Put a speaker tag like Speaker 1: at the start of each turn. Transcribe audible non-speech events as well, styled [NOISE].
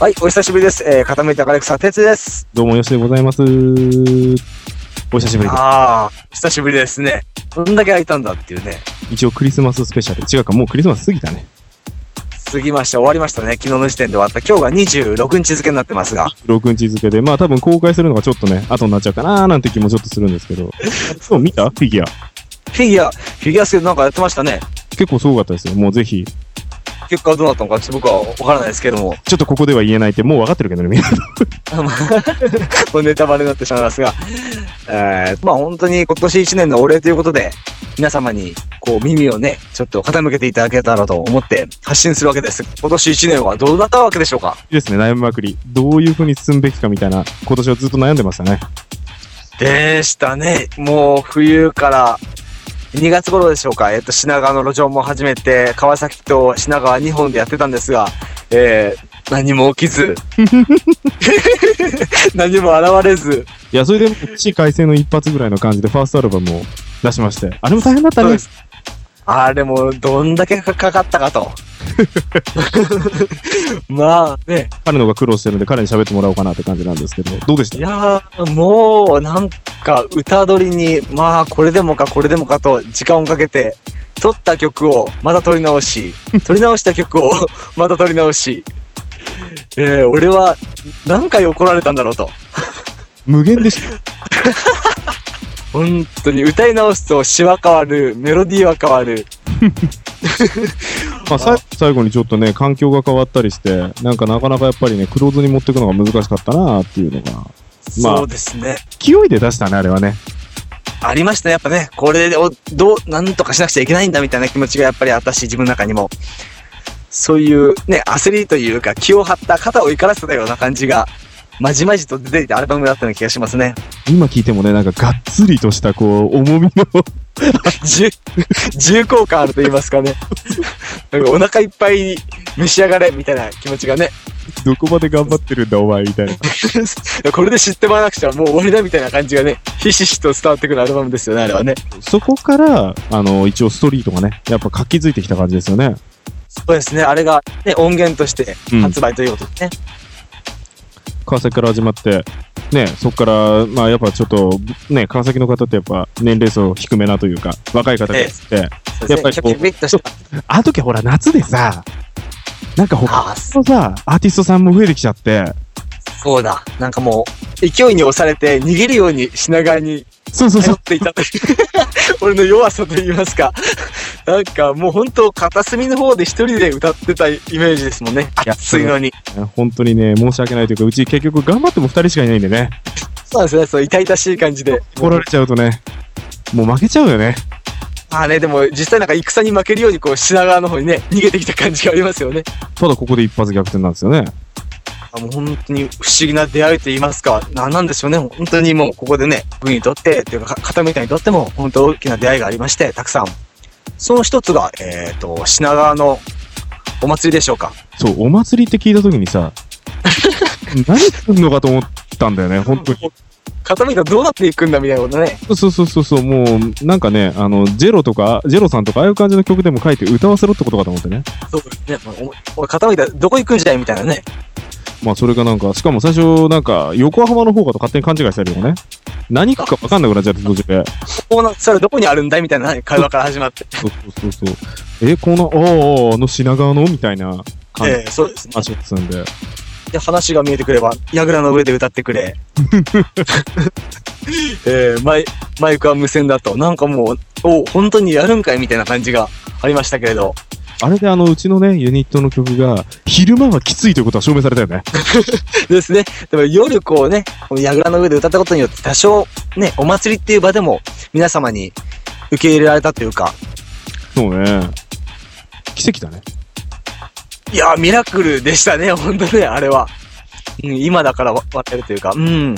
Speaker 1: はい、お久しぶりです。えー、傾いたガレクサ、哲です。
Speaker 2: どうも、よしでございます。お久しぶりで
Speaker 1: ああ、久しぶりですね。どんだけ空いたんだっていうね。
Speaker 2: す。一応クリスマススペシャル。違うか、もうクリスマス過ぎたね。
Speaker 1: 過ぎました、終わりましたね。昨日の時点で終わった。今日が26日付になってますが。
Speaker 2: 6日付で。まあ多分公開するのがちょっとね、後になっちゃうかなーなんて気もちょっとするんですけど。そう、見たフィギュア。
Speaker 1: フィギュア、フィギュアスケートなんかやってましたね。
Speaker 2: 結構すごかったですよ。もうぜひ。
Speaker 1: 結果はどうなったのか、ちょっと僕はわからないですけども。
Speaker 2: ちょっとここでは言えないって、もう分かってるけどね、みんな。
Speaker 1: これネタバレになってしまいますが。えー、まあ本当に今年1年のお礼ということで、皆様にこう耳をね、ちょっと傾けていただけたらと思って発信するわけです。今年1年はどうだったわけでしょうか
Speaker 2: いいですね、悩みまくり。どういう風に進むべきかみたいな、今年はずっと悩んでましたね。
Speaker 1: でしたね。もう冬から2月頃でしょうか。えっと、品川の路上も始めて、川崎と品川2本でやってたんですが、えー、何も起きず、何も現れず、
Speaker 2: いや、それでも、地改正の一発ぐらいの感じで、ファーストアルバムを出しまして。あれも大変だった
Speaker 1: そう
Speaker 2: ね
Speaker 1: で。す。あれもどんだけかかったかと。まあね、
Speaker 2: 彼の方が苦労してるんで、彼に喋ってもらおうかなって感じなんですけど、どうでし
Speaker 1: い
Speaker 2: た
Speaker 1: やー、もうなんか歌取りに、まあこれでもかこれでもかと時間をかけて、撮った曲をまた撮り直し、
Speaker 2: [LAUGHS]
Speaker 1: 撮り直した曲をまた撮り直し、えー、俺は何回怒られたんだろうと。
Speaker 2: 無限でした。
Speaker 1: 本当に歌い直すと詩は変わる、メロディーは変わる。
Speaker 2: まあ、さ最後にちょっとね、環境が変わったりして、なんかなかなかやっぱりね、クローズに持っていくのが難しかったなっていうのが、まあ
Speaker 1: そうですね。
Speaker 2: 勢いで出したね、あれはね。
Speaker 1: ありましたね、やっぱね。これでお、どう、なんとかしなくちゃいけないんだみたいな気持ちがやっぱりあったし、自分の中にも。そういうね、焦りというか、気を張った肩を怒らせたような感じが、まじまじと出ていたアルバムだったような気がしますね。
Speaker 2: 今聞いてもね、なんかがっつりとした、こう、重みの、
Speaker 1: 重、重厚感あると言いますかね。なんかお腹いっぱい召し上がれみたいな気持ちがね。
Speaker 2: [LAUGHS] どこまで頑張ってるんだ、お前、みたいな。
Speaker 1: これで知ってもらわなくちゃもう終わりだみたいな感じがね、ひしひしと伝わってくるアルバムですよね、あれはね。
Speaker 2: そこから、あの、一応ストリートがね、やっぱ活気づいてきた感じですよね。
Speaker 1: そうですね、あれがね、音源として発売ということでね。
Speaker 2: 川崎から始まって、ね、そこから、まあやっぱちょっと、ね、川崎の方ってやっぱ年齢層低めなというか、若い方がいて、
Speaker 1: そうですね
Speaker 2: やっぱりこう
Speaker 1: キャピキャピとした
Speaker 2: あの時ほら夏でさ、なんか他
Speaker 1: あ
Speaker 2: のさ、アーティストさんも増えてきちゃって、
Speaker 1: そうだ。なんかもう、勢いに押されて逃げるように品川に
Speaker 2: そうそうそ
Speaker 1: 頼
Speaker 2: う
Speaker 1: っ。ていた [LAUGHS] という、俺の弱さと言いますか。なんかもう本当片隅の方で一人で歌ってたイメージですもんね。
Speaker 2: いや
Speaker 1: 暑いのに。
Speaker 2: 本当にね、申し訳ないというか、うち結局頑張っても2人しかいないんでね、
Speaker 1: そうなんですね。そう、痛々しい感じで。
Speaker 2: 来られちゃうとね、もう負けちゃうよね。
Speaker 1: まあね、でも実際なんか戦に負けるようにこう品川の方にね、逃げてきた感じがありますよね。
Speaker 2: ただここで一発逆転なんですよね。
Speaker 1: あもう本当に不思議な出会いと言いますか、なんなんでしょうね。本当にもうここでね、僕にとって、というか、か片目にとっても、本当大きな出会いがありまして、たくさん。その一つが、えっ、と、品川のお祭りでしょうか。
Speaker 2: そう、お祭りって聞いた時に [LAUGHS] さ、何するのかと思ったんだよね、本当に。
Speaker 1: 片目がどうなっていくんだみたいなことね。
Speaker 2: そうそうそうそう、もう、なんかね、あの、ジェロとか、ジェロさんとか、ああいう感じの曲でも書いて歌わせろってことかと思ってね。
Speaker 1: そうですね。おお片目がどこ行くんじゃいみたいなね。
Speaker 2: まあそれがなんか、しかも最初なんか横浜の方かと勝手に勘違いしたりとかね。何区か分かんなくなっちゃって途中で。
Speaker 1: ここの、それどこにあるんだいみたいなね会話から始まって。
Speaker 2: そうそうそうそう。え、この、ああ、あの品川のみたいな感じ
Speaker 1: ええそうですね。
Speaker 2: 話をすんで。
Speaker 1: で、話が見えてくれば、櫓の上で歌ってくれ。えーマイ、マイクは無線だと。なんかもう、お、本当にやるんかいみたいな感じがありましたけれど。
Speaker 2: あれであの、うちのね、ユニットの曲が、昼間はきついということは証明されたよね。
Speaker 1: ですね。でも夜こうね、この櫓の上で歌ったことによって、多少ね、お祭りっていう場でも皆様に受け入れられたというか、
Speaker 2: そうね。奇跡だね。
Speaker 1: いやー、ミラクルでしたね、本当ね、あれは。うん、今だからわわかるというか、うん。